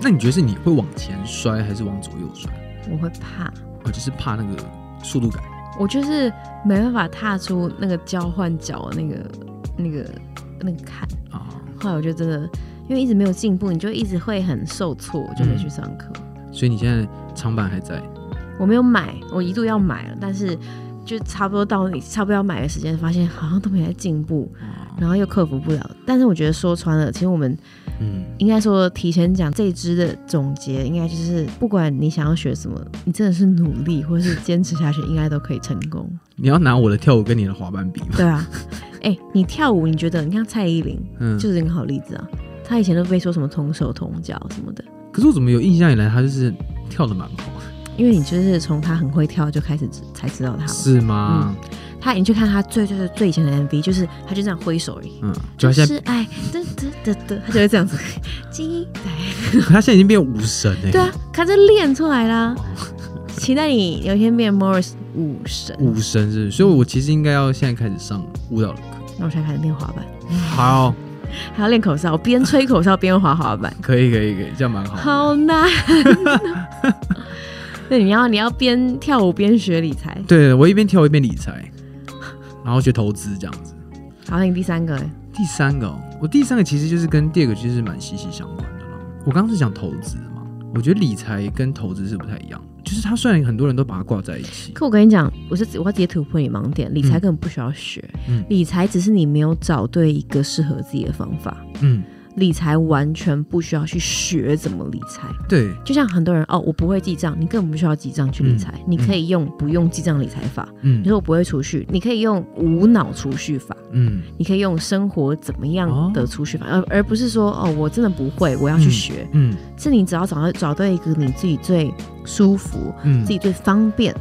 B: 那你觉得是你会往前摔还是往左右摔？
A: 我会怕，
B: 啊，就是怕那个速度感。
A: 我就是没办法踏出那个交换脚的那个那个那个坎。
B: 啊，
A: 后来我就真的，因为一直没有进步，你就一直会很受挫，我就没去上课。
B: 所以你现在长板还在，
A: 我没有买，我一度要买了，但是就差不多到你差不多要买的时间，发现好像都没在进步，
B: 啊、
A: 然后又克服不了。但是我觉得说穿了，其实我们
B: 嗯，
A: 应该说提前讲这一支的总结，应该就是不管你想要学什么，你真的是努力或是坚持下去，应该都可以成功。
B: 你要拿我的跳舞跟你的滑板比吗？
A: 对啊，哎、你跳舞，你觉得你看蔡依林
B: 嗯，
A: 就是一个好例子啊。她以前都被说什么同手同脚什么的，
B: 可是我怎么有印象以来他就是跳的蛮好的，
A: 因为你就是从她很会跳就开始知才知道她嘛。
B: 是吗？
A: 他你去看他最最最最以前的 MV，就是他就这样挥手而已，
B: 嗯，就他现在，
A: 是哎爱，得得得得，他就会这样
B: [laughs]
A: 子，鸡仔，
B: 可他现在已经变武神哎、
A: 对啊，他这练出来啦。
B: 哦
A: 期待你有一天变 Morris 武神，
B: 武神是不是，所以我其实应该要现在开始上舞蹈的课。
A: 那我现在开始练滑板，
B: 好，
A: 还要练口哨，边吹口哨边滑滑板，
B: 可以可以可以，这样蛮好的。
A: 好难 [laughs] 哦。对，你要你要边跳舞边学理财。
B: 对，我一边跳一边理财，然后学投资这样子。
A: 好，那你第三个欸，
B: 第三个、哦，我第三个其实就是跟第二个其实蛮息息相关的啦。我刚刚是讲投资嘛，我觉得理财跟投资是不太一样，就是它虽然很多人都把它挂在一起，
A: 可我跟你讲，我是我要直接突破你盲点，理财根
B: 嗯
A: 本不需要学，
B: 嗯
A: 理财只是你没有找对一个适合自己的方法。
B: 嗯，
A: 理财完全不需要去学怎么理财，
B: 对，
A: 就像很多人哦，我不会记账，你根本不需要记账去理财，你可以用不用记账理财法。
B: 嗯
A: 你说我不会储蓄，你可以用无脑储蓄法，
B: 嗯
A: 你可以用生活怎么样的储蓄法，而、而不是说哦，我真的不会，我要去学。
B: 哦嗯
A: 是你只要找到找对一个你自己最舒服、
B: 嗯
A: 自己最方便、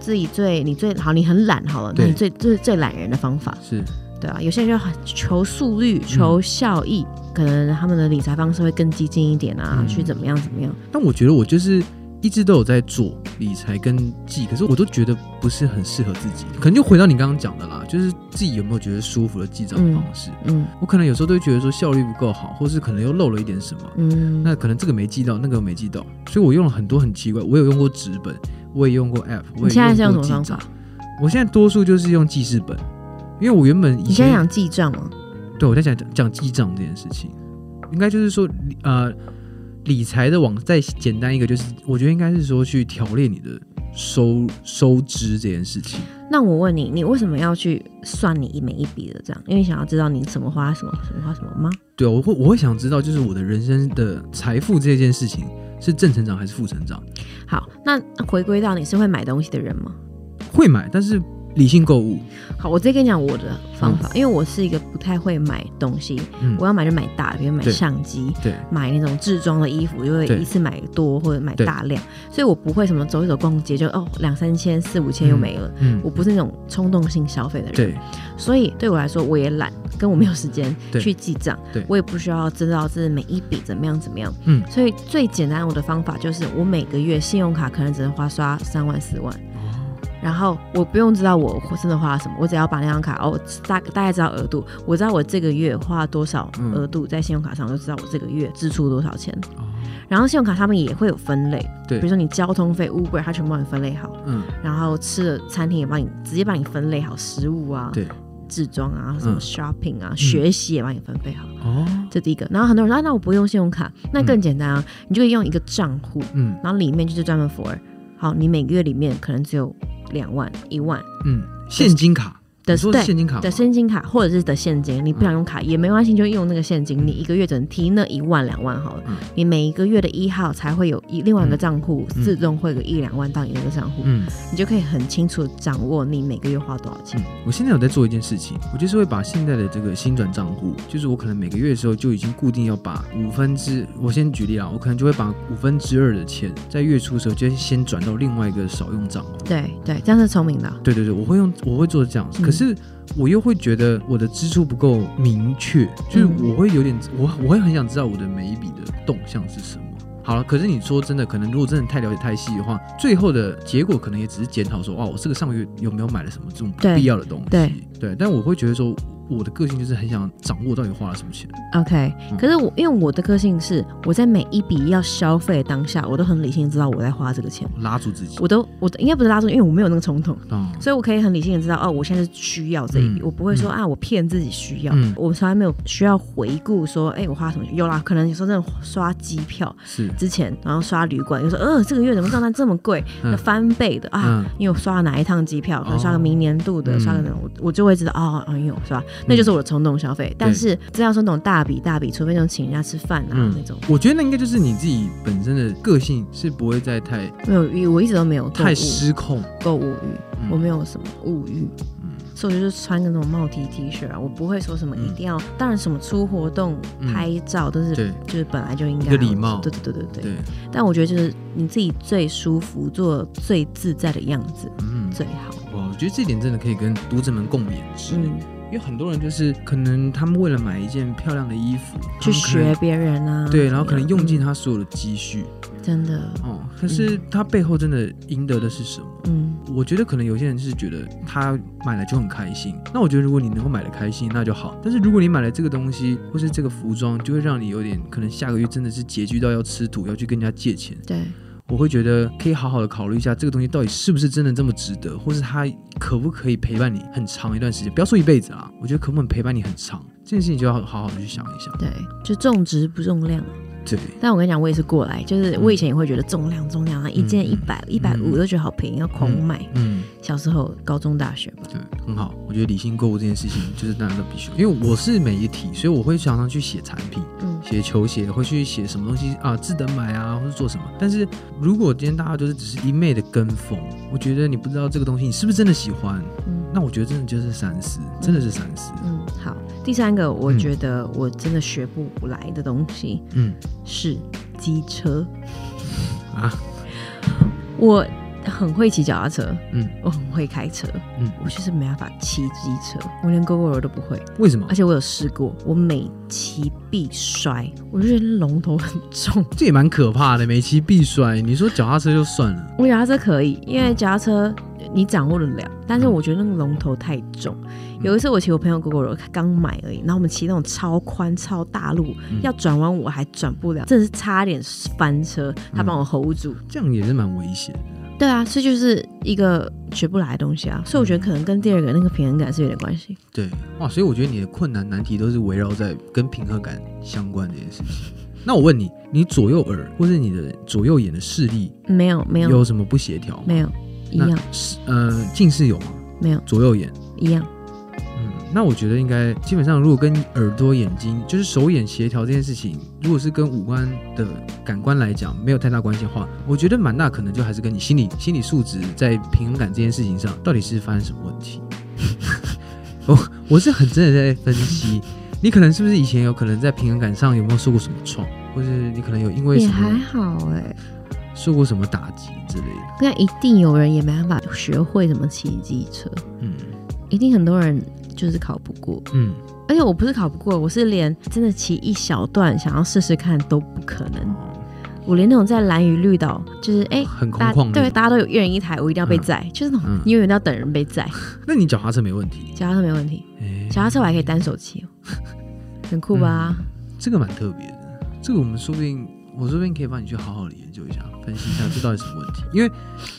A: 自己最你最好，你很懒好了，那
B: 对
A: 你最最最懒人的方法。
B: 是
A: 对啊，有些人就很求速率、
B: 嗯
A: 求效益，可能他们的理财方式会更激进一点啊，
B: 嗯
A: 去怎么样怎么样。
B: 但我觉得我就是一直都有在做理财跟记，可是我都觉得不是很适合自己，可能就回到你刚刚讲的啦，就是自己有没有觉得舒服的记账
A: 嗯
B: 方式。
A: 嗯
B: 我可能有时候都会觉得说效率不够好，或是可能又漏了一点什么，
A: 嗯，
B: 那可能这个没记到，那个没记到，所以我用了很多很奇怪，我有用过纸本，我也用过 app，我
A: 你现在
B: 也
A: 是
B: 用
A: 用什么
B: 过记
A: 方
B: 账
A: 法。？
B: 我现在多数就是用记事本，因为我原本以
A: 你现在
B: 前
A: 想记账吗？
B: 对我在讲讲记账这件事情，应该就是说呃理财的网再简单一个就是，我觉得应该是说去调练你的收收支这件事情。
A: 那我问你，你为什么要去算你一每一笔的这样？因为想要知道你怎么花什么，什么花什么吗？
B: 对啊，我会我会想知道，就是我的人生的财富这件事情是正成长还是负成长？
A: 好，那回归到你是会买东西的人吗？
B: 会买，但是理性购物。
A: 好，我直接跟你讲我的方法，因为我是一个不太会买东西，
B: 嗯
A: 我要买就买大的，比如买
B: 对
A: 相机，
B: 对，
A: 买那种制装的衣服，就会
B: 对
A: 一次买多或者买
B: 对
A: 大量，所以我不会什么走一走逛街就哦两三千四五千又没了。
B: 嗯，
A: 我不是那种冲动性消费的人，
B: 对
A: 所以对我来说，我也懒，跟我没有时间
B: [laughs] 对
A: 去记账
B: 对，
A: 我也不需要知道这每一笔怎么样怎么样。
B: 嗯
A: 所以最简单我的方法就是，我每个月信用卡可能只能花刷三万四万，
B: 哦
A: 然后我不用知道我真的花了什么，我只要把那张卡哦，我大大概知道额度，我知道我这个月花多少
B: 嗯
A: 额度在信用卡上，我就知道我这个月支出多少钱。
B: 哦，
A: 然后信用卡上面也会有分类，
B: 对
A: 比如说你交通费、Uber，它全部帮你分类好，
B: 嗯，
A: 然后吃的餐厅也帮你直接帮你分类好食物啊，
B: 对，
A: 置装啊，什
B: 嗯
A: 么 shopping 啊，学习也帮你分配好。
B: 哦，
A: 这第一个，然后很多人说、啊、那我不用信用卡，那更简单啊，你就可以用一个账户，
B: 嗯
A: 然后里面就是专门 for，好，你每个月里面可能只有两万、一万
B: 嗯，现金卡，
A: 的
B: 你说
A: 对
B: 是现金卡吗嗯
A: 的现金卡或者是的现金，你不想用卡也没关系，你就用那个现金，你一个月只能提那一万两万好了
B: 嗯，
A: 你每一个月的一号才会有一另外一个账户
B: 嗯
A: 自动会有一两万到你那个账户，
B: 嗯
A: 你就可以很清楚地掌握你每个月花多少钱
B: 嗯。，我现在有在做一件事情，我就是会把现在的这个新转账户，就是我可能每个月的时候就已经固定要把五分之，我先举例啊，我可能就会把五分之二的钱在月初的时候就先转到另外一个少用账哦户。
A: 对对，这样是聪明的。
B: 对对对，我会用，我会做这样。
A: 嗯
B: 可是我又会觉得我的支出不够明确，就是
A: 嗯
B: 我会有点，我我会很想知道我的每一笔的动向是什么。好了，可是你说真的，可能如果真的太了解太细的话，最后的结果可能也只是检讨说，哇，我这个上个月有没有买了什么这种不
A: 对
B: 必要的东西？
A: 对
B: 但我会觉得说，我的个性就是很想掌握到底花了什么钱。
A: OK，
B: 嗯
A: 可是我因为我的个性是，我在每一笔要消费的当下，我都很理性地知道我在花这个钱，
B: 我拉住自己。
A: 我都我应该不是拉住，因为我没有那个冲动，
B: 嗯，
A: 所以我可以很理性的知道，哦，我现在是需要这一笔，
B: 嗯
A: 我不会说、
B: 嗯
A: 啊，我骗自己需要，
B: 嗯
A: 我从来没有需要回顾说，哎、我花什么？有啦，可能有时候真的刷机票
B: 是，
A: 之前，然后刷旅馆，有时候呃，这个月怎么账单这么贵，
B: 嗯
A: 那翻倍的啊。
B: 嗯，
A: 因为我刷了哪一趟机票，可能刷个
B: 哦
A: 明年度的，
B: 嗯
A: 刷个那种，我我就会知道哦，哦，因为我刷，那就是我的冲动消费。但是这样说那种大笔大笔，除非那种请人家吃饭啊、
B: 嗯
A: 那种，
B: 我觉得那应该就是你自己本身的个性是不会再太
A: 没有，我一直都没有购
B: 太
A: 物
B: 失控。
A: 购物欲，
B: 嗯
A: 我没有什么物欲，
B: 嗯
A: 所以我就是穿个那种帽 T T 恤啊，我不会说什么
B: 嗯
A: 一定要，当然什么出活动
B: 嗯
A: 拍照都是。
B: 对
A: 就是本来就应该
B: 一个礼貌
A: 对对对对对。
B: 对，
A: 但我觉得就是你自己最舒服、做最自在的样子
B: 嗯，
A: 最好。
B: 哇，我觉得这点真的可以跟读者们共勉之，
A: 嗯，
B: 因为很多人就是可能他们为了买一件漂亮的衣服，
A: 去
B: 他们可能
A: 学。别人啊，嗯
B: 对，然后可能用尽
A: 它，
B: 他所有的积蓄
A: 真的，
B: 哦，可是他背后真的赢得的是什么？
A: 嗯。
B: 我觉得可能有些人是觉得他买了就很开心，那我觉得如果你能够买的开心，那就好。但是如果你买了这个东西或是这个服装，就会让你有点可能下个月真的是拮据到要吃土，要去跟人家借钱。
A: 对，
B: 我会觉得可以好好的考虑一下这个东西到底是不是真的这么值得，或是它可不可以陪伴你很长一段时间，不要说一辈子啦，我觉得可不可以陪伴你很长，这件事情就要好好的去想一想。
A: 对，就重质不重量。
B: 对，
A: 但我跟你讲，我也是过来，就是我以前也会觉得重量重量啊，一件
B: 嗯
A: 一百一百五都觉得好便宜，要狂买。
B: 嗯，
A: 小时候，高中、大学吧，
B: 对，很好。我觉得理性购物这件事情就是大家都必须，因为我是媒体，所以我会常常去写产品，
A: 嗯，
B: 写球鞋，会去写什么东西啊，自得买啊，或是做什么。但是如果今天大家就是只是一昧的跟风，我觉得你不知道这个东西你是不是真的喜欢，
A: 嗯
B: 那我觉得真的就是三思，真的是三思。
A: 嗯，好。第三个，我
B: 嗯
A: 觉得我真的学不来的东西
B: 嗯
A: 是机车。
B: 啊，
A: 我很会骑脚踏车，
B: 嗯。
A: 我很会开车，
B: 嗯
A: 我就是没办法骑机车，我连 GoGo 罗都不会，
B: 为什么
A: 而？且我有试过，我每骑必摔，我就觉得龙头很重。
B: 这也蛮可怕的，每期必摔。你说脚踏车就算了，
A: 我脚踏车可以，因为脚踏车你掌握得了，但是我觉得那个龙头太重。有一次我骑我朋友 g o g o 刚买而已，然后我们骑那种超宽超大路，
B: 嗯
A: 要转弯我还转不了，真的是差点翻车，他
B: 嗯
A: 帮我 hold 住。
B: 这样也是蛮危险的。
A: 对啊，这就是一个学不来的东西啊，所以我
B: 嗯
A: 觉得可能跟第二个那个平衡感是有点关系。
B: 对，哇，所以我觉得你的困难难题都是围绕在跟平衡感相关这件事情。 [laughs] 那我问你，你左右耳或是你的左右眼的视力
A: 没有没有
B: 有什么不协调吗？
A: 没有一
B: 那
A: 样
B: 是呃，近视有吗？
A: 没有
B: 左右眼，
A: 一样，
B: 嗯，那我觉得应该基本上，如果跟耳朵、眼睛，就是手眼协调这件事情，如果是跟五官的感官来讲没有太大关系的话，我觉得蛮大可能就还是跟你心理心理素质在平衡感这件事情上，到底是发生什么问题。 [laughs] 我我是很真的在分析，你可能是不是以前有可能在平衡感上有没有受过什么创，或是你可能有因为
A: 也
B: 什
A: 还
B: 么
A: 好哎、
B: 受过什么打击之类的。
A: 那一定有人也没办法学会怎么骑机车，
B: 嗯
A: 一定很多人就是考不过。
B: 嗯，
A: 而且我不是考不过，我是连真的骑一小段想要试试看都不可能。我连那种在蓝屿绿岛，就是嗯哎、
B: 哦很空
A: 大
B: 旷
A: 家
B: 的
A: 对。大家都有一人一台，我一定要被载，就是那种、
B: 嗯
A: 你永远都要等人被载。
B: 那你脚踏车没问题？
A: 脚踏车没问题，
B: 哎
A: 脚踏车我还可以单手骑哦，很酷吧？
B: 嗯这个蛮特别的，这个我们说不定，我说不定可以帮你去好好的研究一下，分析一下这到底什么问题。因为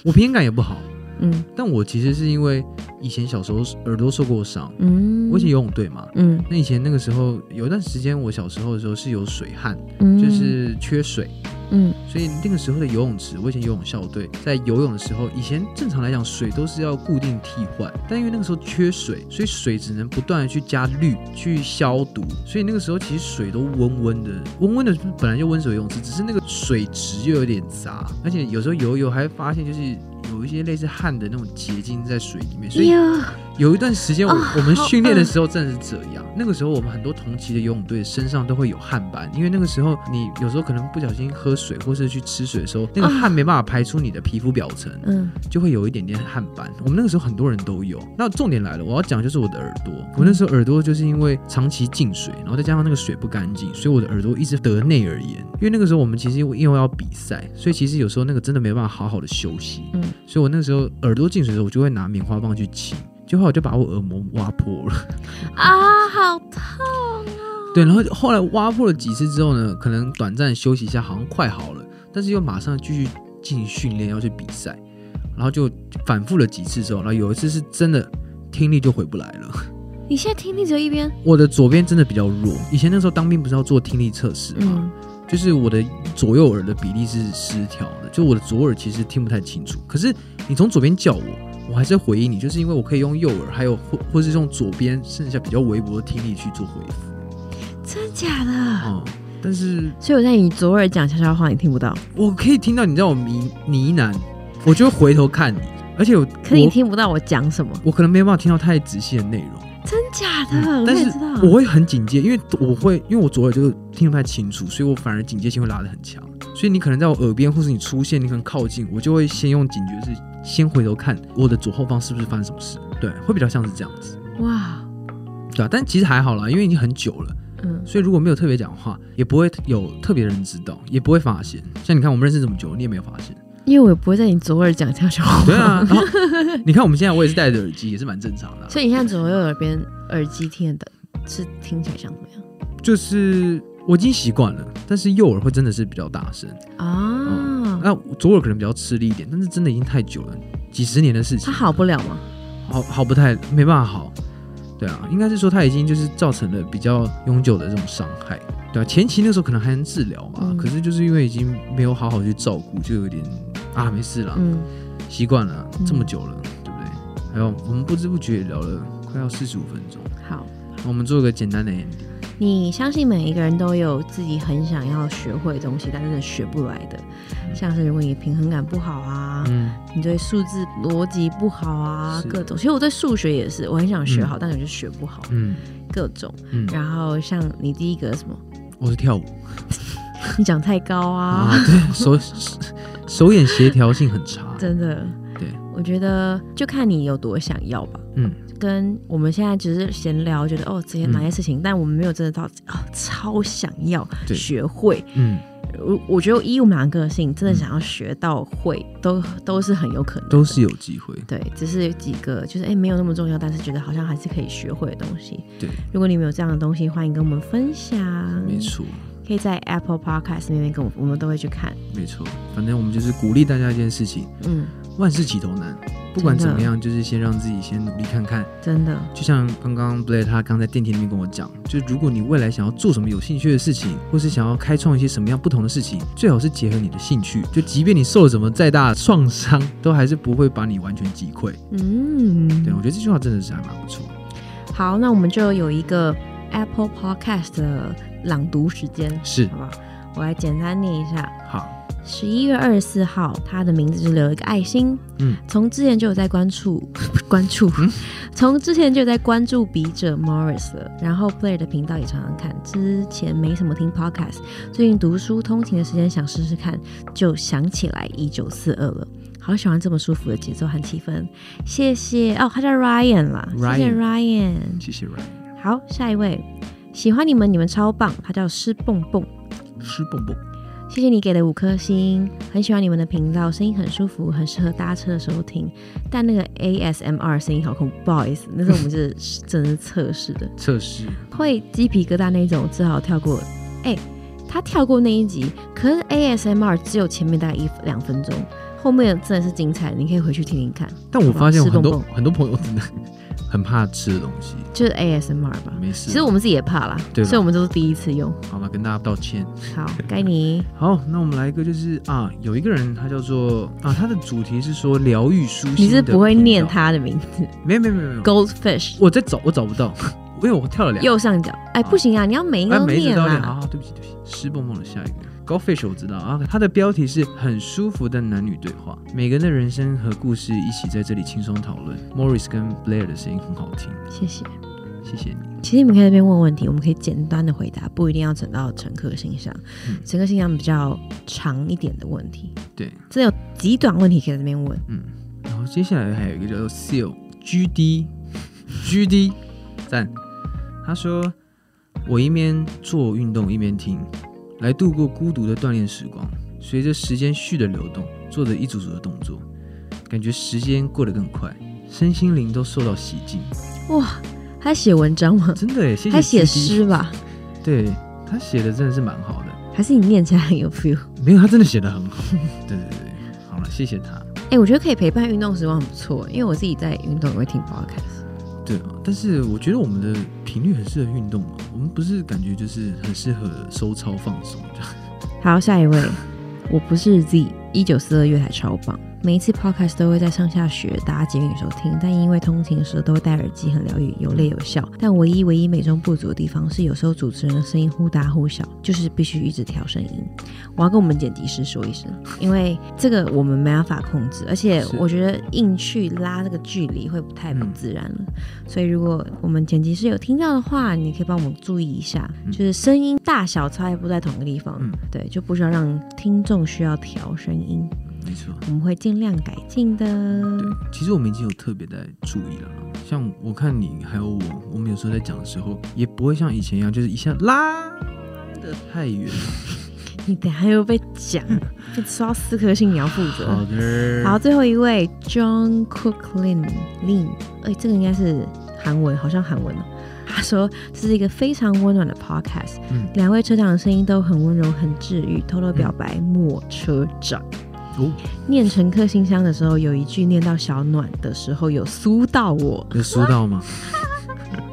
B: 我平衡感也不好，
A: 嗯
B: 但我其实是因为以前小时候耳朵受过伤，
A: 嗯，
B: 我以前游泳队嘛，
A: 嗯
B: 那以前那个时候有一段时间，我小时候的时候是有水旱，
A: 嗯，
B: 就是缺水，
A: 嗯
B: 所以那个时候的游泳池，我以前游泳校队在游泳的时候，以前正常来讲水都是要固定替换，但因为那个时候缺水，所以水只能不断的去加氯去消毒，所以那个时候其实水都温温的，温温的本来就温水游泳池，只是那个水质又有点杂，而且有时候游一游还会发现就是。有一些类似汗的那种结晶在水里面，所以
A: 哟
B: 有一段时间我、
A: 哦
B: 我们训练的
A: 好饿
B: 时候真的是这样。那个时候我们很多同期的游泳队身上都会有汗斑，因为那个时候你有时候可能不小心喝水或是去吃水的时候，那个汗没办法排出你的皮肤表层，
A: 嗯
B: 就会有一点点汗斑。我们那个时候很多人都有。那重点来了，我要讲就是我的耳朵。我那时候耳朵就是因为长期进水，然后再加上那个水不干净，所以我的耳朵一直得内耳炎。因为那个时候我们其实因为要比赛，所以其实有时候那个真的没办法好好的休息。
A: 嗯
B: 所以我那时候耳朵进水的时候，我就会拿棉花棒去清。结果我就把我耳膜挖破了，
A: 啊，好痛哦！
B: 对，然后后来挖破了几次之后呢，可能短暂休息一下，好像快好了，但是又马上继续进行训练，要去比赛，然后就反复了几次之后，然后有一次是真的听力就回不来了，
A: 你现在听力只有一边，
B: 我的左边真的比较弱，以前那时候当兵不是要做听力测试吗？
A: 嗯
B: 就是我的左右耳的比例是失调的，就我的左耳其实听不太清楚。可是你从左边叫我，我还是回应你，就是因为我可以用右耳，还有或或是用左边剩下比较微薄的听力去做回复。
A: 真假的？
B: 嗯，但是
A: 所以我在你左耳讲悄悄话，你听不到，
B: 我可以听到你让我迷呢喃，我就会回头看你，而且我
A: 可你听不到我讲什么，
B: 我我可能没有办法听到太仔细的内容。
A: 真假的？
B: 嗯
A: 我
B: 但
A: 也
B: 是
A: 知道，
B: 我会很警戒，因为我会因为我左耳就听不太清楚，所以我反而警戒性会拉得很强。所以你可能在我耳边，或是你出现，你可能靠近，我就会先用警觉是先回头看我的左后方是不是发生什么事，对，会比较像是这样子，
A: 哇，
B: 对啊，但其实还好啦，因为已经很久了，
A: 嗯
B: 所以如果没有特别讲话，也不会有特别的人知道，也不会发现。像你看我们认识这么久，你也没有发现，，
A: 因为我也不会在你左耳讲悄悄
B: [laughs]
A: 话，
B: 对啊。然后你看我们现在我也是戴着耳机，也是蛮正常的啊、
A: 所以你现在左右耳边耳机听的是听起来像怎么样
B: 就是我已经习惯了，但是右耳会真的是比较大声。
A: 嗯啊？
B: 那左耳可能比较吃力一点，但是真的已经太久了，几十年的事情
A: 它，好不了吗？
B: 好好不太没办法好。对啊，应该是说他已经就是造成了比较永久的这种伤害。对啊，前期那时候可能还能治疗嘛，
A: 嗯
B: 可是就是因为已经没有好好去照顾，就有点啊没事啦，
A: 嗯，
B: 习惯了，
A: 嗯
B: 这么久了，对不对？还有我们不知不觉也聊了快要四十五分钟，
A: 好。
B: 我们做个简单的 ending。
A: 你相信每一个人都有自己很想要学会的东西，但真的学不来的，像是如果你平衡感不好啊，
B: 嗯，
A: 你对数字逻辑不好啊
B: 是，
A: 各种。其实我对数学也是，我很想学好，但我就学不好，
B: 嗯
A: 各种。
B: 嗯，
A: 然后像你第一个什么， [laughs]
B: 我是跳舞
A: 你讲太高啊，
B: 啊，对，手手手眼协调性很差。
A: 真的。
B: 对，
A: 我觉得就看你有多想要吧。
B: 嗯，
A: 跟我们现在只是闲聊，觉得哦这些
B: 嗯
A: 哪些事情，但我们没有真的到哦超想要
B: 对
A: 学会。
B: 嗯，
A: 我我觉得以我们两个个性，真的想要学到会，都都是很有可能的，
B: 都是有机会。
A: 对，只是有几个就是哎、没有那么重要，但是觉得好像还是可以学会的东西。
B: 对，
A: 如果你们有这样的东西，欢迎跟我们分享。
B: 没，错，
A: 可以在 Apple Podcast 那边跟我们，我们都会去看。
B: 没错。反正我们就是鼓励大家一件事情：
A: 嗯，
B: 万事起头难。不管怎么样，就是先让自己先努力看看。
A: 真的，
B: 就像刚刚 Blair 他刚在电梯里面跟我讲，就如果你未来想要做什么有兴趣的事情，或是想要开创一些什么样不同的事情，最好是结合你的兴趣。就即便你受了怎么再大的创伤，都还是不会把你完全击溃。
A: 嗯，
B: 对我觉得这句话真的是还蛮不错的。
A: 好，那我们就有一个 Apple Podcast 的朗读时间，
B: 是
A: 好不好？我来简单念一下。
B: 好，
A: 十一月二十四号，他的名字就留一个爱心。
B: 嗯，
A: 从之前就有在关注 [laughs] 关注，从之前就有在关注笔者 Morris 了。然后 Blair 的频道也常常看，之前没什么听 podcast，最近读书通勤的时间想试试看，就想起来一九四二了。好喜欢这么舒服的节奏和气氛，谢谢哦，他叫 Ryan 啦谢谢
B: Ryan
A: Ryan。
B: 谢谢 Ryan，
A: 好，下一位，喜欢你们，你们超棒，他叫施蹦蹦。
B: 吃蹦蹦，
A: 谢谢你给的五颗星，很喜欢你们的频道，声音很舒服，很适合搭车的时候听。但那个 ASMR 声音好恐怖，不好意思，那是我们这是真的是测试的，
B: 测试
A: 会鸡皮疙瘩那一种，只好跳过。哎、他跳过那一集，可是 ASMR 只有前面大概一两分钟，后面真的是精彩，你可以回去听听看。
B: 但我发现
A: 吃
B: 很多
A: 蹦蹦
B: 很多朋友真的很怕吃的东西，
A: 就是 ASMR 吧。
B: 没事。
A: 其实我们自己也怕啦，
B: 对啦
A: 所以我们都是第一次用。
B: 好了，跟大家道歉。 [laughs]
A: 好，该你。
B: 好，那我们来一个，就是啊，有一个人他叫做啊，他的主题是说疗愈舒心。
A: 你是不会念？他的名字
B: 没有没有没有没有，
A: ，Goldfish
B: 我在找，我找不到，因为我跳了两个。
A: 右上角。哎、不行啊，你要每一个
B: 哎，
A: 都
B: 每一集
A: 念
B: 都要
A: 啦。
B: 练。好好，对不起，对不起，湿蹦蹦的下一个。高 fish 我知道啊，它的标题是很舒服的男女对话，每个人的人生和故事一起在这里轻松讨论。Morris 跟 Blair 的声音很好听，
A: 谢谢。
B: 谢谢你。
A: 其实你们可以在那边问问题，我们可以简单的回答，不一定要整到乘客信箱。
B: 嗯
A: 乘客信箱比较长一点的问题，
B: 对，
A: 真的有极短问题可以在那边问。
B: 嗯，然后接下来还有一个叫做 Seal [laughs] GD GD 赞，他说我一边做运动一边听，来度过孤独的锻炼时光。随着时间序的流动，做着一组组的动作，感觉时间过得更快，身心灵都受到洗净。
A: 哇，他写文章吗？
B: 真的耶，谢谢
A: 他写
B: GD
A: 诗，吧？
B: 对他写的真的是蛮好的。
A: 还是你念起来很有 feel？
B: 没有，他真的写的很好。 [laughs] 对对对，好了，谢谢他。
A: 哎、我觉得可以陪伴运动时光很不错，因为我自己在运动也会听 podcast。
B: 对啊，但是我觉得我们的频率很适合运动嘛，我们不是感觉就是很适合收操放松这样。 [laughs]
A: 好，下一位，我不是 Z，一九四二月台超棒。每一次 podcast 都会在上下学搭捷运的时候听，但因为通勤时都会戴耳机，很疗愈，有泪有笑。但唯一唯一美中不足的地方是，有时候主持人的声音忽大忽小，就是必须一直调声音。我要跟我们剪辑师说一声，因为这个我们没办法控制，而且
B: 是
A: 我觉得硬去拉这个距离会不太不
B: 嗯
A: 自然了。所以如果我们剪辑师有听到的话，你可以帮我们注意一下，
B: 嗯
A: 就是声音大小差异不在同一个地方，
B: 嗯
A: 对，就不需要让听众需要调声音，
B: 没错，
A: 我们会尽量改进的。
B: 对，其实我们已经有特别在注意了啦。像我看你还有我，我们有时候在讲的时候，也不会像以前一样，就是一下拉的太远。
A: 你等一下又被
B: [laughs]
A: 讲，被刷四颗星，你要负责。
B: 好的，
A: 好，，最后一位 John Cooklin Lin，哎、这个应该是韩文，好像韩文哦。他说这是一个非常温暖的 podcast，、
B: 嗯
A: 两位车长的声音都很温柔、很治愈。偷偷表白，莫车长。
B: 哦，
A: 念乘客信箱的时候，有一句念到小暖的时候，有酥到我，
B: 有收到吗？
A: [laughs]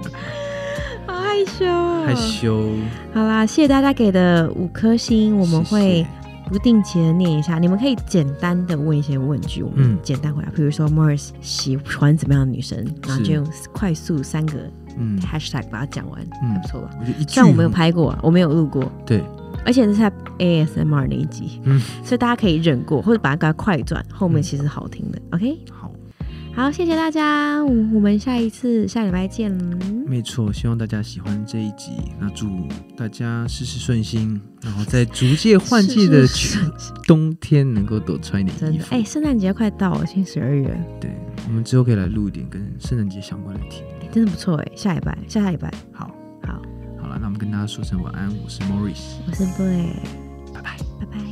A: 好害羞哦，
B: 害羞，
A: 好啦，谢谢大家给的五颗星，我们
B: 谢
A: 会
B: 谢
A: 不定期的念一下。你们可以简单的问一些问句，我们
B: 嗯
A: 简单回答。比如说 Morris 喜欢怎么样的女生，然后
B: 是
A: 就用快速三个
B: 嗯
A: hashtag 把它讲完，
B: 嗯
A: 还不错吧？
B: 我觉得一句
A: 虽然我没有
B: 很
A: 拍过啊，我没有录过，
B: 对，
A: 而且这是在 ASMR 那一集，
B: 嗯
A: 所以大家可以忍过，或者把它给它快转，后面
B: 嗯
A: 其实好听的。OK，
B: 好，
A: 好，谢谢大家，我我们下一次下礼拜见。
B: 没错，希望大家喜欢这一集。那祝大家事事顺心，然后在逐渐换季的
A: 是 [laughs] 是是
B: 冬天能够多穿一点
A: 真
B: 衣
A: 的，
B: 服。
A: 哎、圣诞节快到了，现在十二月。
B: 对，我们之后可以来录一点跟圣诞节相关的题目。
A: 欸真的不错哎，下礼拜，下下礼拜，
B: 好，
A: 好，
B: 好了，那我们跟大家说声晚安，我是 Morris，
A: 我是 Blair，
B: 拜拜。
A: 拜拜。